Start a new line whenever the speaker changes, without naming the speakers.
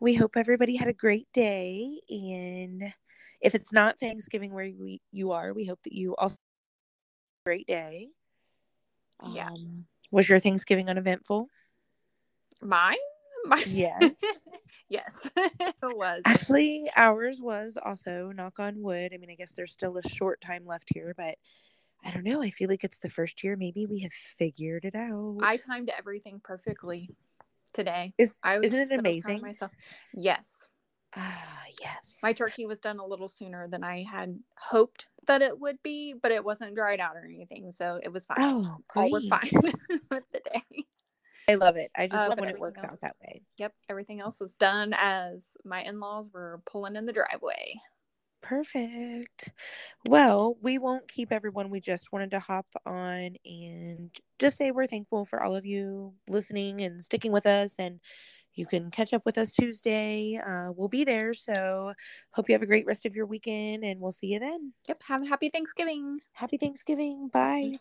we hope everybody had a great day. And if it's not Thanksgiving where we, you are, we hope that you also had a great day.
Yeah.
Um, was your Thanksgiving uneventful?
Mine? Mine?
Yes.
yes. it was.
Actually, ours was also knock on wood. I mean, I guess there's still a short time left here, but I don't know. I feel like it's the first year. Maybe we have figured it out.
I timed everything perfectly today.
Is-
I was
isn't it
so proud of
amazing?
myself. Yes.
ah yes.
My turkey was done a little sooner than I had hoped that it would be, but it wasn't dried out or anything, so it was fine.
Oh, great.
All was fine with the day.
I love it. I just
Uh,
love
but
when it
everything
works
else-
out that way.
Yep, everything else was done as my in-laws were pulling in the driveway.
Perfect. Well, we won't keep everyone. We just wanted to hop on and just say we're thankful for all of you listening and sticking with us. And you can catch up with us Tuesday. Uh, we'll be there. So, hope you have a great rest of your weekend and we'll see you then.
Yep, have a happy Thanksgiving.
Happy Thanksgiving. Bye.